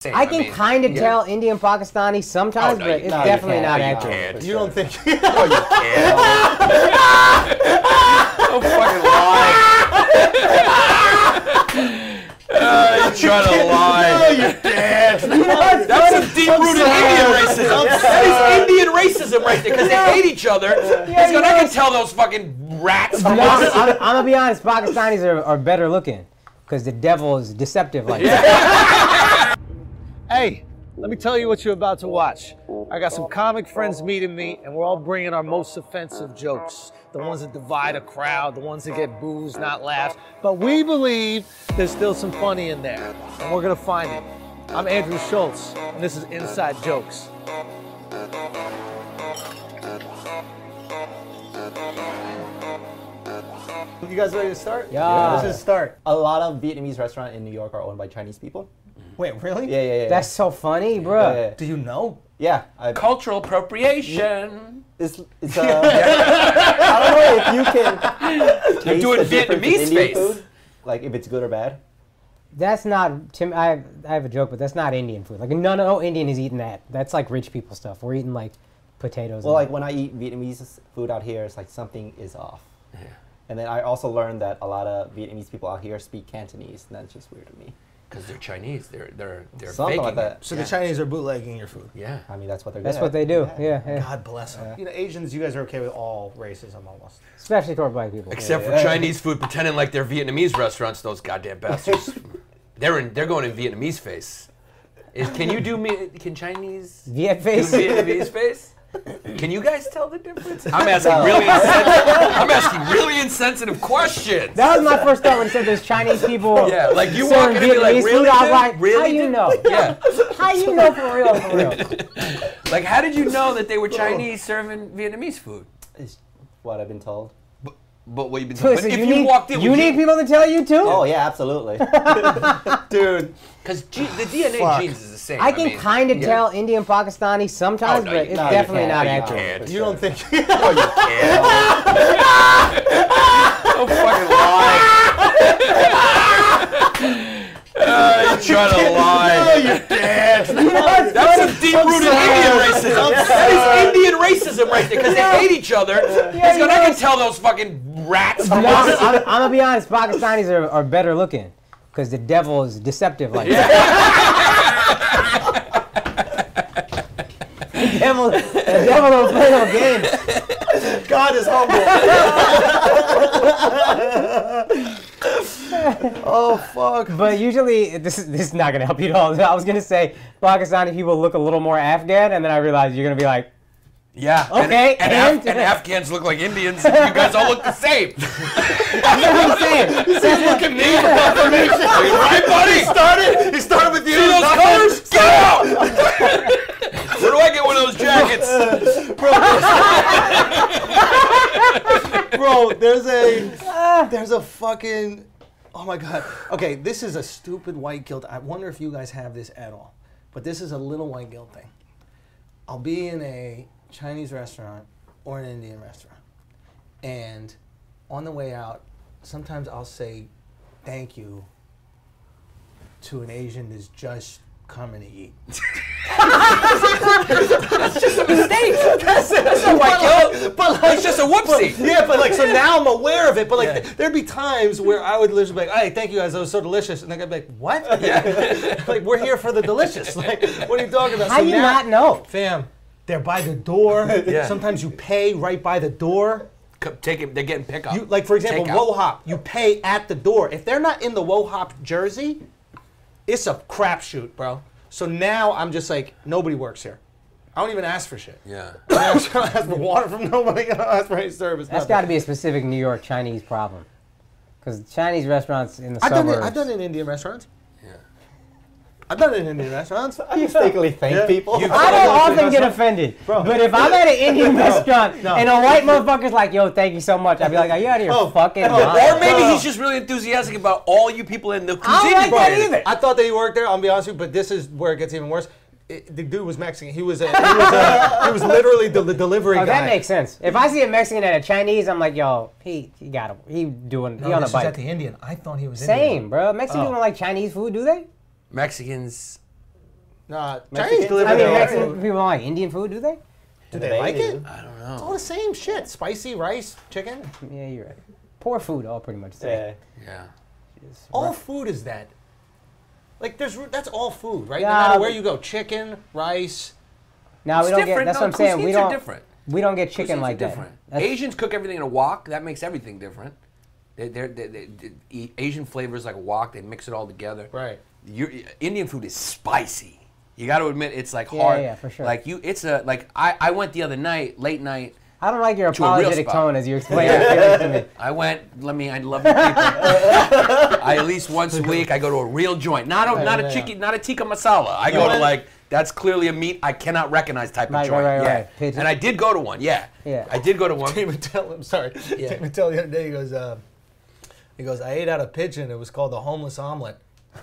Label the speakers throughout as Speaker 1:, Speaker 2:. Speaker 1: same.
Speaker 2: I can
Speaker 1: mean,
Speaker 2: kind of tell Indian Pakistani sometimes,
Speaker 1: Oh, no,
Speaker 2: but
Speaker 1: you-
Speaker 2: it's
Speaker 1: no, you
Speaker 2: definitely
Speaker 3: can't.
Speaker 2: not
Speaker 3: No, you
Speaker 2: accurate.
Speaker 1: can't.
Speaker 3: You don't think?
Speaker 1: No, you can't. Don't fucking lie. Uh, you trying to
Speaker 3: no,
Speaker 1: lie.
Speaker 3: you can't.
Speaker 1: That's some deep-rooted Indian racism. That is Indian racism right there because they hate each other. He's gonna, I can tell those fucking rats from
Speaker 2: I'm,
Speaker 1: us.
Speaker 2: I'm- I'm gonna be honest. Pakistanis are, are better looking because the devil is deceptive like that.
Speaker 4: Hey, let me tell you what you're about to watch. I got some comic friends meeting me, and we're all bringing our most offensive jokes. The ones that divide a crowd, the ones that get boos, not laughs. But we believe there's still some funny in there, and we're gonna find it. I'm Andrew Schultz, and this is Inside Jokes.
Speaker 3: You guys ready to start?
Speaker 2: Yeah.
Speaker 3: Let's just start. Uh, A lot of Vietnamese restaurants in New York are owned by Chinese people.
Speaker 5: Wait, really?
Speaker 3: Yeah, yeah, yeah. yeah.
Speaker 2: That's so funny,
Speaker 3: yeah,
Speaker 2: bro.
Speaker 3: yeah.
Speaker 5: Do you know?
Speaker 3: yeah I,
Speaker 1: Cultural appropriation.
Speaker 3: it's it's. Uh, I don't know if you can. taste
Speaker 1: doing
Speaker 3: the difference in
Speaker 1: Vietnamese
Speaker 3: Indian
Speaker 1: face.
Speaker 3: food, Like if it's good or bad.
Speaker 2: That's not Tim. I I have a joke, but that's not Indian food. Like no, no Indian is eating that. That's like rich people stuff. We're eating like potatoes.
Speaker 3: Well,
Speaker 2: and-
Speaker 3: like when I eat Vietnamese food out here, it's like something is off. Yeah. And then I also learned that a lot of Vietnamese people out here speak Cantonese, and that's just weird to me.
Speaker 1: Because they're Chinese. They're they're they're
Speaker 3: Something like
Speaker 1: faking
Speaker 3: that.
Speaker 1: it.
Speaker 5: So the Chinese are bootlegging your food.
Speaker 1: Yeah.
Speaker 3: I mean, that's what they're.
Speaker 2: that's
Speaker 3: good
Speaker 2: what
Speaker 3: at.
Speaker 2: they do. Yeah, yeah.
Speaker 5: God bless them. You know, Asians, you guys are okay with all racism almost.
Speaker 2: especially toward black people.
Speaker 1: Except for Chinese food, pretending like they're Vietnamese restaurants. Those goddamn bastards. they're in. They're going in Vietnamese face. Is, can you do me? Can Chinese
Speaker 2: Yeah,
Speaker 1: do
Speaker 2: face.
Speaker 1: Vietnamese face? Can you guys tell the difference? I'm asking really insensitive. I'm asking really insensitive questions.
Speaker 2: That was my first thought when he said there's Chinese people.
Speaker 1: yeah, like you walk
Speaker 2: serving
Speaker 1: in and be
Speaker 2: Vietnamese
Speaker 1: like, really? dude?
Speaker 2: food." I was like,
Speaker 1: really?
Speaker 2: how you
Speaker 1: dude?"
Speaker 2: know?
Speaker 1: Yeah.
Speaker 2: How you know for real? For real?
Speaker 1: Like, how did you know that they were Chinese serving Vietnamese food?
Speaker 3: It's what I've been told.
Speaker 1: But what you've been
Speaker 2: So
Speaker 1: talking. But if you,
Speaker 2: need,
Speaker 1: walked in,
Speaker 2: you
Speaker 1: would
Speaker 2: need people to tell you too.
Speaker 3: Oh yeah, absolutely.
Speaker 5: Dude.
Speaker 1: because the DNA
Speaker 5: Fuck.
Speaker 1: genes is the same.
Speaker 2: I can
Speaker 1: mean,
Speaker 2: kind of
Speaker 1: yeah.
Speaker 2: tell Indian Pakistani sometimes,
Speaker 1: Oh, no,
Speaker 2: but
Speaker 1: you-
Speaker 2: it's
Speaker 1: no, you
Speaker 2: definitely
Speaker 3: can't.
Speaker 2: not
Speaker 3: No, you
Speaker 2: accurate.
Speaker 1: can't.
Speaker 5: You don't think
Speaker 1: No, you can't. Don't fucking lie. Uh, you trying to lie.
Speaker 5: you can't.
Speaker 1: That's some deep-rooted Indian racism. That is Indian racism right there, because they hate each other. It's gonna, I can tell those fucking rats from
Speaker 2: No, I'm,
Speaker 1: us.
Speaker 2: I'm- I'm gonna be honest. Pakistanis are, are better looking because the devil is deceptive like that. the devil, the devil don't play no games.
Speaker 5: God is humble.
Speaker 3: oh fuck.
Speaker 2: But usually, this is, this is not gonna help you at all. I was gonna say Pakistani people look a little more Afghan, and then I realized you're gonna be like,
Speaker 1: Yeah. and-
Speaker 2: Okay,
Speaker 1: And, Af-
Speaker 2: and-
Speaker 1: and Afghans look like Indians. and you guys all look the same.
Speaker 2: "That's what I'm saying."
Speaker 1: Just look at me for confirmation. right, buddy?
Speaker 3: Started. He started with
Speaker 1: See those colors? Get out! Where do I get one of those jackets?
Speaker 5: Bro, there's a there's a fucking oh my god. Okay, this is a stupid white guilt. I wonder if you guys have this at all. But this is a little white guilt thing. I'll be in a Chinese restaurant or an Indian restaurant. And on the way out, sometimes I'll say thank you to an Asian that's just coming to eat.
Speaker 1: Oh my God.
Speaker 5: But like
Speaker 1: It's just a whoopsie.
Speaker 5: Yeah, but like so now I'm aware of it. But like there'd be times where I would literally be like, "Hey, thank you guys, that was so delicious," and they'd be like, "What? like we're here for the delicious. Like what are you talking about?"
Speaker 2: How
Speaker 5: So
Speaker 2: you
Speaker 5: now-
Speaker 2: not know?
Speaker 5: fam? They're by the door.
Speaker 1: Yeah.
Speaker 5: Sometimes you pay right by the door.
Speaker 1: Co- Take it. They're getting pickup.
Speaker 5: You like for example,
Speaker 1: Takeout.
Speaker 5: Wohop. You pay at the door. If they're not in the Wohop jersey, it's a crapshoot, bro. So now I'm just like, nobody works here. I don't even ask for shit.
Speaker 1: Yeah.
Speaker 5: I don't ask for water from nobody. I don't ask for any service.
Speaker 2: That's
Speaker 5: nothing.
Speaker 2: got to be a specific New York Chinese problem, because Chinese restaurants in the
Speaker 5: I've done
Speaker 2: suburbs.
Speaker 5: it. I've done it in Indian restaurants.
Speaker 1: Yeah.
Speaker 5: I've done it in Indian restaurants.
Speaker 3: I mistakenly thank
Speaker 5: Yeah.
Speaker 3: people.
Speaker 1: You-
Speaker 2: I
Speaker 1: I've
Speaker 2: don't
Speaker 1: done
Speaker 2: often get offended, but if I'm at an Indian restaurant and a white motherfucker's like, "Yo, thank you so much," I'd be like, "Are you out of your
Speaker 5: Oh,
Speaker 2: fucking
Speaker 5: oh,
Speaker 1: Or
Speaker 2: mind?"
Speaker 1: maybe
Speaker 5: Bro.
Speaker 1: he's just really enthusiastic about all you people in the cuisine.
Speaker 2: I don't like that
Speaker 1: department.
Speaker 2: either.
Speaker 5: I thought that he worked there. I'll be honest with you, but this is where it gets even worse. It- the dude was Mexican. He was a, he was, a, he was literally the, the delivery
Speaker 2: Oh,
Speaker 5: guy.
Speaker 2: that makes sense. If I see a Mexican and a Chinese, I'm like, "Yo, he, he got him. He doing. he
Speaker 5: No,
Speaker 2: on a
Speaker 5: this was
Speaker 2: bike."
Speaker 5: at the Indian. Oh. I thought he was Indian.
Speaker 2: Same, bro. Mexicans don't like Chinese food, do they?
Speaker 1: Mexicans
Speaker 5: Nah,
Speaker 3: Mexicans
Speaker 5: Chinese delivery.
Speaker 2: I mean,
Speaker 3: Yeah.
Speaker 2: Mexican people like Indian food, do they?
Speaker 5: do they like it?
Speaker 1: I don't
Speaker 5: It's
Speaker 1: know.
Speaker 5: all the same shit. Spicy rice, chicken.
Speaker 2: Yeah, you're right. Poor food, all pretty much. the same.
Speaker 3: Yeah.
Speaker 2: Uh,
Speaker 1: Yeah.
Speaker 2: It's
Speaker 5: All
Speaker 2: rough.
Speaker 5: food is that. Like there's that's all food, right? no
Speaker 2: Yeah,
Speaker 5: matter where
Speaker 2: but-
Speaker 5: you go, chicken, rice.
Speaker 2: Now we
Speaker 1: It's
Speaker 2: don't
Speaker 1: different.
Speaker 2: get. That's
Speaker 1: no,
Speaker 2: what I'm saying. We
Speaker 1: cuisines are
Speaker 2: don't.
Speaker 1: different.
Speaker 2: We don't get chicken
Speaker 1: Cuisines are
Speaker 2: like that.
Speaker 1: different.
Speaker 2: That's-
Speaker 1: Asians cook everything in a wok. That makes everything different. They, they're, they, they, they eat Asian flavors like a wok. They mix it all together.
Speaker 5: Right.
Speaker 1: Your, Indian food is spicy. You got to admit, it's like
Speaker 2: Yeah,
Speaker 1: hard.
Speaker 2: yeah, for sure.
Speaker 1: Like you, it's a like I, I went the other night, late night.
Speaker 2: I don't like your
Speaker 1: To a real
Speaker 2: apologetic
Speaker 1: spot.
Speaker 2: tone as you explain your feelings to me.
Speaker 1: I went. Let me. I love you people. I at least once a week I go to a real joint. Not a not
Speaker 5: yeah,
Speaker 1: a chicken. Not a tikka masala. I go to
Speaker 5: went-
Speaker 1: like that's clearly a meat I cannot recognize type
Speaker 2: Right,
Speaker 1: of
Speaker 2: right,
Speaker 1: joint.
Speaker 2: right,
Speaker 1: yeah.
Speaker 2: right. Pigeon.
Speaker 1: And I did go to one. Yeah.
Speaker 2: Yeah.
Speaker 1: I did go to one.
Speaker 5: Dave Mattel, I'm sorry.
Speaker 1: Yeah.
Speaker 5: Dave Mattel the other day, he goes, uh, he goes, I ate out a pigeon. It was called the homeless omelet.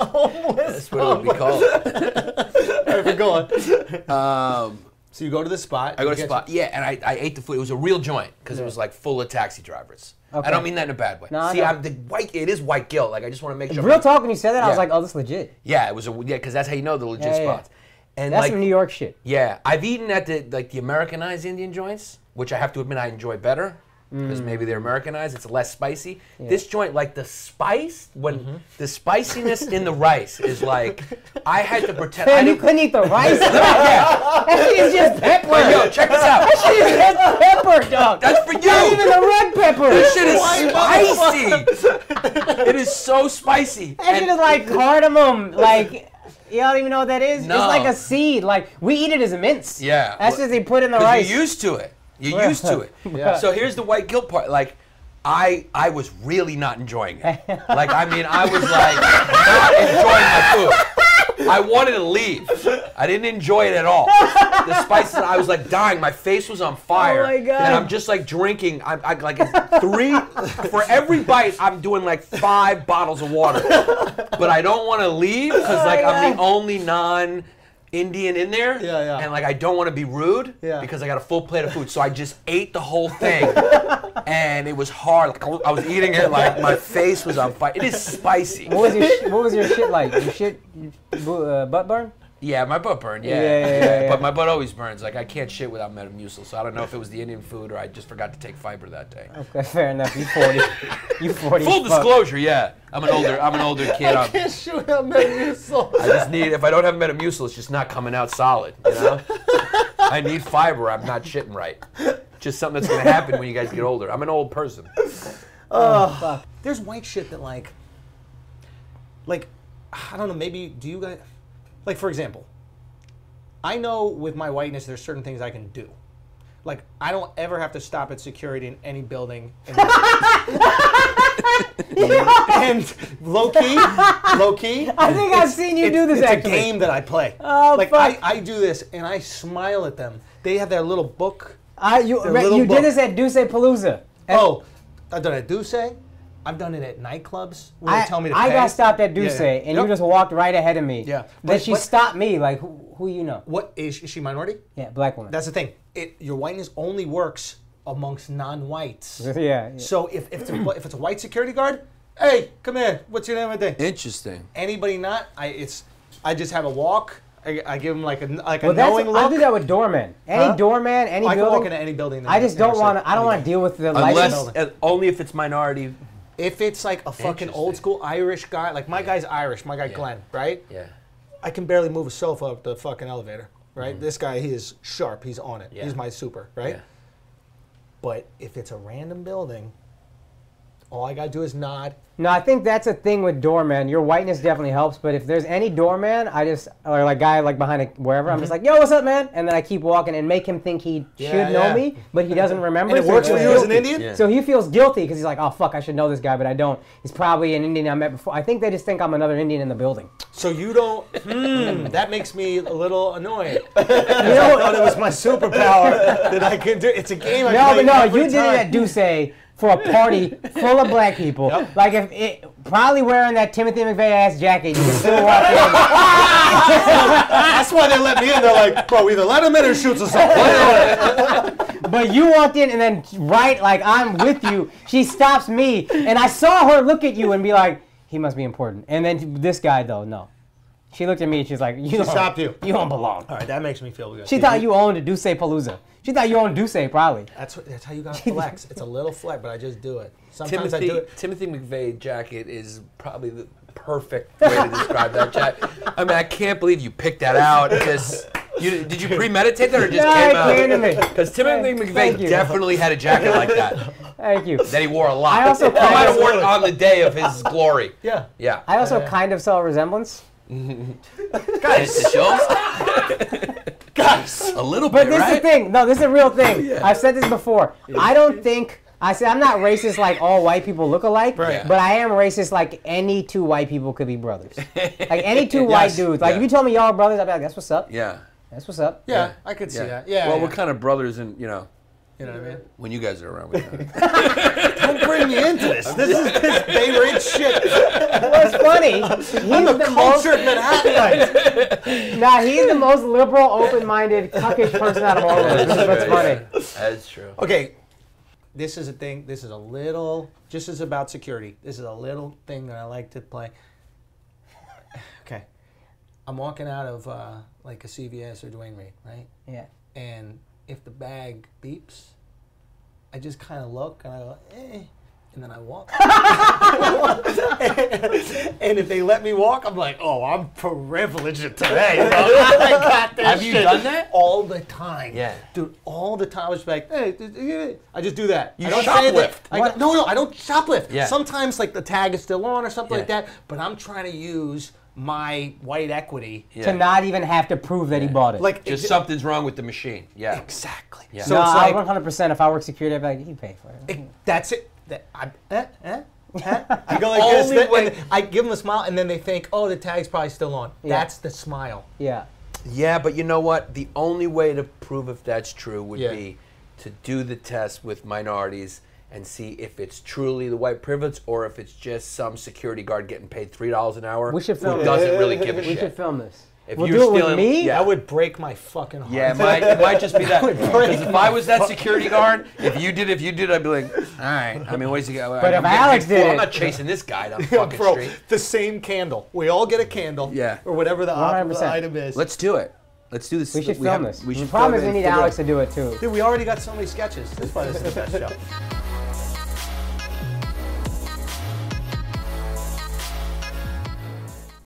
Speaker 5: homeless.
Speaker 1: That's what it would
Speaker 2: Oh,
Speaker 1: be called.
Speaker 5: All right, go on.
Speaker 1: Um,
Speaker 5: So you go to the spot.
Speaker 1: I go
Speaker 5: you
Speaker 1: to
Speaker 5: get-
Speaker 1: spot. Yeah, and I, I ate the food. It was a real joint because it was like full of taxi drivers. I
Speaker 2: Okay.
Speaker 1: don't mean that in a bad way.
Speaker 2: No, I
Speaker 1: See,
Speaker 2: know.
Speaker 1: I'm the white. It is white guilt. Like I just want to make sure.
Speaker 2: Real talk, when you said that, I was
Speaker 1: Yeah.
Speaker 2: like, oh, this is legit.
Speaker 1: Yeah, it was a yeah because that's how you know the legit
Speaker 2: Yeah, yeah.
Speaker 1: spots. And
Speaker 2: That's
Speaker 1: like
Speaker 2: some New York shit.
Speaker 1: yeah, I've eaten at the like the Americanized Indian joints, which I have to admit I enjoy better because
Speaker 2: Mm.
Speaker 1: maybe they're Americanized. It's less spicy. This joint, like the spice, when the spiciness in the rice is like, I had to pretend. I
Speaker 2: Man, you
Speaker 1: didn't-
Speaker 2: couldn't eat the rice. that
Speaker 1: yeah,
Speaker 2: shit is just pepper.
Speaker 1: but yo, check this out.
Speaker 2: That shit is just pepper, dog.
Speaker 1: That's for you.
Speaker 2: Not even the red pepper.
Speaker 1: This shit is
Speaker 5: Why,
Speaker 1: spicy. it is so spicy.
Speaker 2: That shit
Speaker 1: And-
Speaker 2: is like cardamom. Like, y'all don't even know what that is?
Speaker 1: No.
Speaker 2: It's like a seed. Like, we eat it as mince.
Speaker 1: Yeah.
Speaker 2: That's
Speaker 1: Well,
Speaker 2: just they put in the
Speaker 1: 'Cause
Speaker 2: rice.
Speaker 1: You're used to it. You're
Speaker 2: Right.
Speaker 1: used to it.
Speaker 2: Yeah.
Speaker 1: So here's the white guilt part. Like, I I was really not enjoying it. Like, I mean, I was like not enjoying my food. I wanted to leave. I didn't enjoy it at all. The spices, I was like dying. My face was on fire.
Speaker 2: Oh my God.
Speaker 1: And I'm just like drinking. I'm I, like it's three for every bite. I'm doing like five bottles of water, but I don't want to leave
Speaker 2: Oh
Speaker 1: because like I'm the only non. Indian in there,
Speaker 5: Yeah, yeah.
Speaker 1: and like I don't want to be rude
Speaker 5: Yeah.
Speaker 1: because I got a full plate of food. So I just ate the whole thing, and it was hard. Like, I was eating it like my face was on fire. It is spicy.
Speaker 2: What was your sh- What was your shit like? Your shit, bu- uh, butt burn?
Speaker 1: Yeah, my butt burned. Yeah,
Speaker 2: Yeah, yeah, yeah, yeah.
Speaker 1: but my butt always burns. Like I can't shit without Metamucil. So I don't know if it was the Indian food or I just forgot to take fiber that day.
Speaker 2: Okay, fair enough. You forty. You forty.
Speaker 1: Full
Speaker 2: as fuck.
Speaker 1: disclosure, yeah, I'm an older, I'm an older kid. I'm,
Speaker 5: Can't shoot out many
Speaker 1: I just need if I don't have Metamucil, it's just not coming out solid. You know, I need fiber. I'm not shitting right. Just something that's gonna happen when you guys get older. I'm an old person.
Speaker 5: There's white shit that like, like, I don't know. Maybe do you guys, like for example, I know with my whiteness there's certain things I can do. Like I don't ever have to stop at security in any building. And, and low key, low key.
Speaker 2: I think I've seen you
Speaker 5: It-
Speaker 2: do this
Speaker 5: it's
Speaker 2: actually.
Speaker 5: a game that I play.
Speaker 2: Oh,
Speaker 5: like
Speaker 2: fuck.
Speaker 5: I, I do this and I smile at them. They have their little book.
Speaker 2: I, you
Speaker 5: The
Speaker 2: re-
Speaker 5: little
Speaker 2: you
Speaker 5: book.
Speaker 2: did this at Duce Palooza.
Speaker 5: Oh, I've done it at Duce. I've done it at nightclubs where
Speaker 2: I,
Speaker 5: they tell me to
Speaker 2: I
Speaker 5: pay.
Speaker 2: got stopped at Duce,
Speaker 5: Yeah, yeah.
Speaker 2: and
Speaker 5: Yep.
Speaker 2: you just walked right ahead of me.
Speaker 5: Yeah.
Speaker 2: Then
Speaker 5: But-
Speaker 2: she
Speaker 5: but-
Speaker 2: stopped me. Like, who, who you know?
Speaker 5: What is, is she minority?
Speaker 2: Yeah, black woman.
Speaker 5: That's the thing. It your whiteness only works amongst non-whites.
Speaker 2: yeah. yeah.
Speaker 5: So if, if it's a, if it's a white security guard, hey, come here. What's your name and thing?
Speaker 1: Interesting.
Speaker 5: Anybody not? I it's I just have a walk. I, I give them like a like
Speaker 2: well,
Speaker 5: a
Speaker 2: that's
Speaker 5: knowing
Speaker 2: I do
Speaker 5: look.
Speaker 2: that with doorman. Any
Speaker 5: Huh?
Speaker 2: doorman, any
Speaker 5: I can
Speaker 2: building.
Speaker 5: walk into any building. in
Speaker 2: I just
Speaker 5: the
Speaker 2: don't want
Speaker 5: city.
Speaker 2: to. I don't want to deal with the license.
Speaker 1: Unless, uh, only if it's minority.
Speaker 5: If it's like a fucking
Speaker 1: Interesting.
Speaker 5: old school Irish guy, like my guy's Irish, my guy Glenn, right?
Speaker 1: Yeah.
Speaker 5: I can barely move a sofa up the fucking elevator, right? This guy, he is sharp. He's on it.
Speaker 1: Yeah.
Speaker 5: He's my super, right?
Speaker 1: Yeah.
Speaker 5: But if it's a random building, all I gotta do is nod.
Speaker 2: No, I think that's a thing with doorman. Your whiteness definitely helps, but if there's any doorman, I just or like guy like behind a wherever, I'm just like, yo, what's up, man? And then I keep walking and make him think he
Speaker 5: Mm-hmm. Yeah,
Speaker 2: should
Speaker 5: yeah.
Speaker 2: know me, but he doesn't remember.
Speaker 5: And it
Speaker 2: so he
Speaker 5: works for
Speaker 2: feels
Speaker 5: you as an
Speaker 2: guilty.
Speaker 5: Indian?
Speaker 1: Yeah.
Speaker 2: So he feels guilty because he's like, oh fuck, I should know this guy, but I don't. He's probably an Indian I met before. I think they just think I'm another Indian in the building.
Speaker 5: So you don't. Hmm, that makes me a little annoyed.
Speaker 2: You know,
Speaker 5: Thought it was my superpower that I can do. It's a game. I
Speaker 2: No,
Speaker 5: play
Speaker 2: but no,
Speaker 5: every
Speaker 2: you did it
Speaker 5: time.
Speaker 2: at Duce for a party full of black people. Like if it probably wearing that Timothy McVeigh ass jacket, you would still walk in.
Speaker 5: That's why they let me in. They're like, bro, either let him in or shoots us up.
Speaker 2: But you walked in and then right like I'm with you, she stops me and I saw her look at you and be like, he must be important. And then this guy though, no. She looked at me. She's like, "You don't-
Speaker 5: stopped you.
Speaker 2: You don't belong."
Speaker 5: All right, that makes me feel good.
Speaker 2: She thought you owned a Duce Palooza. She thought you owned Duce probably.
Speaker 5: That's what- that's how you got to flex. It's a little flex, but I just do it. Sometimes
Speaker 1: Timothy,
Speaker 5: I do it.
Speaker 1: Timothy McVeigh jacket is probably the perfect way to describe that jacket. I mean, I can't believe you picked that out. It Just, you, did you premeditate that or it just
Speaker 2: No,
Speaker 1: came
Speaker 2: it came to
Speaker 1: out?
Speaker 2: me.
Speaker 1: Because Timothy
Speaker 2: Thank
Speaker 1: McVeigh
Speaker 2: you.
Speaker 1: definitely had a jacket like that
Speaker 2: Thank you.
Speaker 1: that he wore a lot.
Speaker 2: I also-
Speaker 1: he might have worn it on the day of his glory.
Speaker 5: Yeah.
Speaker 1: Yeah.
Speaker 2: I also kind of saw a resemblance.
Speaker 1: guys, it shows. guys, a little
Speaker 2: But
Speaker 1: bit,
Speaker 2: this is the
Speaker 1: right?
Speaker 2: thing. No, this is a real thing. I've said this before. I don't think I said I'm not racist like all white people look alike,
Speaker 1: Right.
Speaker 2: but I am racist like any two white people could be brothers. like any two white dudes. Like
Speaker 1: Yeah.
Speaker 2: if you told me y'all are brothers, I'd be like, that's what's up.
Speaker 1: Yeah.
Speaker 2: That's what's up.
Speaker 5: Yeah, I could see that. Yeah.
Speaker 1: Well,
Speaker 5: yeah.
Speaker 1: we're kind of brothers, and you know,
Speaker 5: you know what I mean?
Speaker 1: when you guys are around, we kind of-
Speaker 5: I'm bringing you into this. This is this Bay Ridge shit.
Speaker 2: What's funny? He's the, most
Speaker 5: Culture Manhattanite.
Speaker 2: nah, he's the most liberal, open-minded, cuckish person out of all of us. This is what's funny.
Speaker 1: That's true.
Speaker 5: Okay, this is a thing. This is a little. Just as about security. This is a little thing that I like to play. Okay, I'm walking out of uh, like a CVS or Dwayne Reed, right?
Speaker 2: Yeah.
Speaker 5: and if the bag beeps, I just kind of look and I go, eh, and then I walk. and if they let me walk, I'm like, oh, I'm privileged today. bro. I got this
Speaker 1: Have you
Speaker 5: shit
Speaker 1: done that?
Speaker 5: all the time?
Speaker 1: Yeah.
Speaker 5: dude, all the time. I was just like, hey, d- d- eh." I just do that.
Speaker 1: You
Speaker 5: I don't say anything.
Speaker 1: shoplift.
Speaker 5: I go, no, no, I don't shoplift.
Speaker 1: Yeah.
Speaker 5: Sometimes like the tag is still on or something like
Speaker 1: Yeah.
Speaker 5: that, but I'm trying to use my white equity.
Speaker 1: Yeah.
Speaker 2: To not even have to prove that he bought it.
Speaker 5: Like
Speaker 1: Just
Speaker 5: ex-
Speaker 1: something's wrong with the machine. Yeah.
Speaker 5: exactly.
Speaker 1: Yeah.
Speaker 5: So
Speaker 2: no,
Speaker 5: it's
Speaker 2: I
Speaker 5: like
Speaker 2: 100%. If I work security, I'd be like, he paid for it.
Speaker 5: It- that's it. That, I, eh, eh, eh. I go like
Speaker 1: Only
Speaker 5: this. then-
Speaker 1: way-
Speaker 5: and I give them a smile, and then they think, oh, the tag's probably still on. That's the smile.
Speaker 2: Yeah.
Speaker 1: Yeah, but you know what? The only way to prove if that's true would
Speaker 5: Yeah.
Speaker 1: be to do the test with minorities and see if it's truly the white privilege or if it's just some security guard getting paid three dollars an hour
Speaker 2: We should film
Speaker 1: who
Speaker 2: it.
Speaker 1: doesn't really give a
Speaker 2: We should
Speaker 1: shit.
Speaker 2: film this.
Speaker 1: If
Speaker 2: we'll
Speaker 1: you're
Speaker 2: do it with
Speaker 1: stealing-
Speaker 2: me.
Speaker 1: yeah.
Speaker 5: That would break my fucking heart.
Speaker 1: Yeah, it might, it might just be that. Because if I was that security guard, if you did, if you did, I'd be like, all right. I mean, where's he go? But
Speaker 2: if Alex did
Speaker 1: I'm
Speaker 2: it-
Speaker 1: not chasing this guy down
Speaker 5: Yo,
Speaker 1: fucking
Speaker 5: bro,
Speaker 1: street.
Speaker 5: the same candle. We all get a candle.
Speaker 1: Yeah.
Speaker 5: Or whatever the, op- the
Speaker 2: 100%.
Speaker 5: item is.
Speaker 1: Let's do it. Let's do this.
Speaker 2: We should
Speaker 1: have-
Speaker 2: film this.
Speaker 1: We should
Speaker 2: the problem
Speaker 1: film
Speaker 2: is
Speaker 1: it
Speaker 2: we
Speaker 1: and
Speaker 2: need
Speaker 1: figure
Speaker 2: Alex
Speaker 1: out-
Speaker 2: to do it too.
Speaker 5: Dude, we already got so many sketches. This is why this is the best show.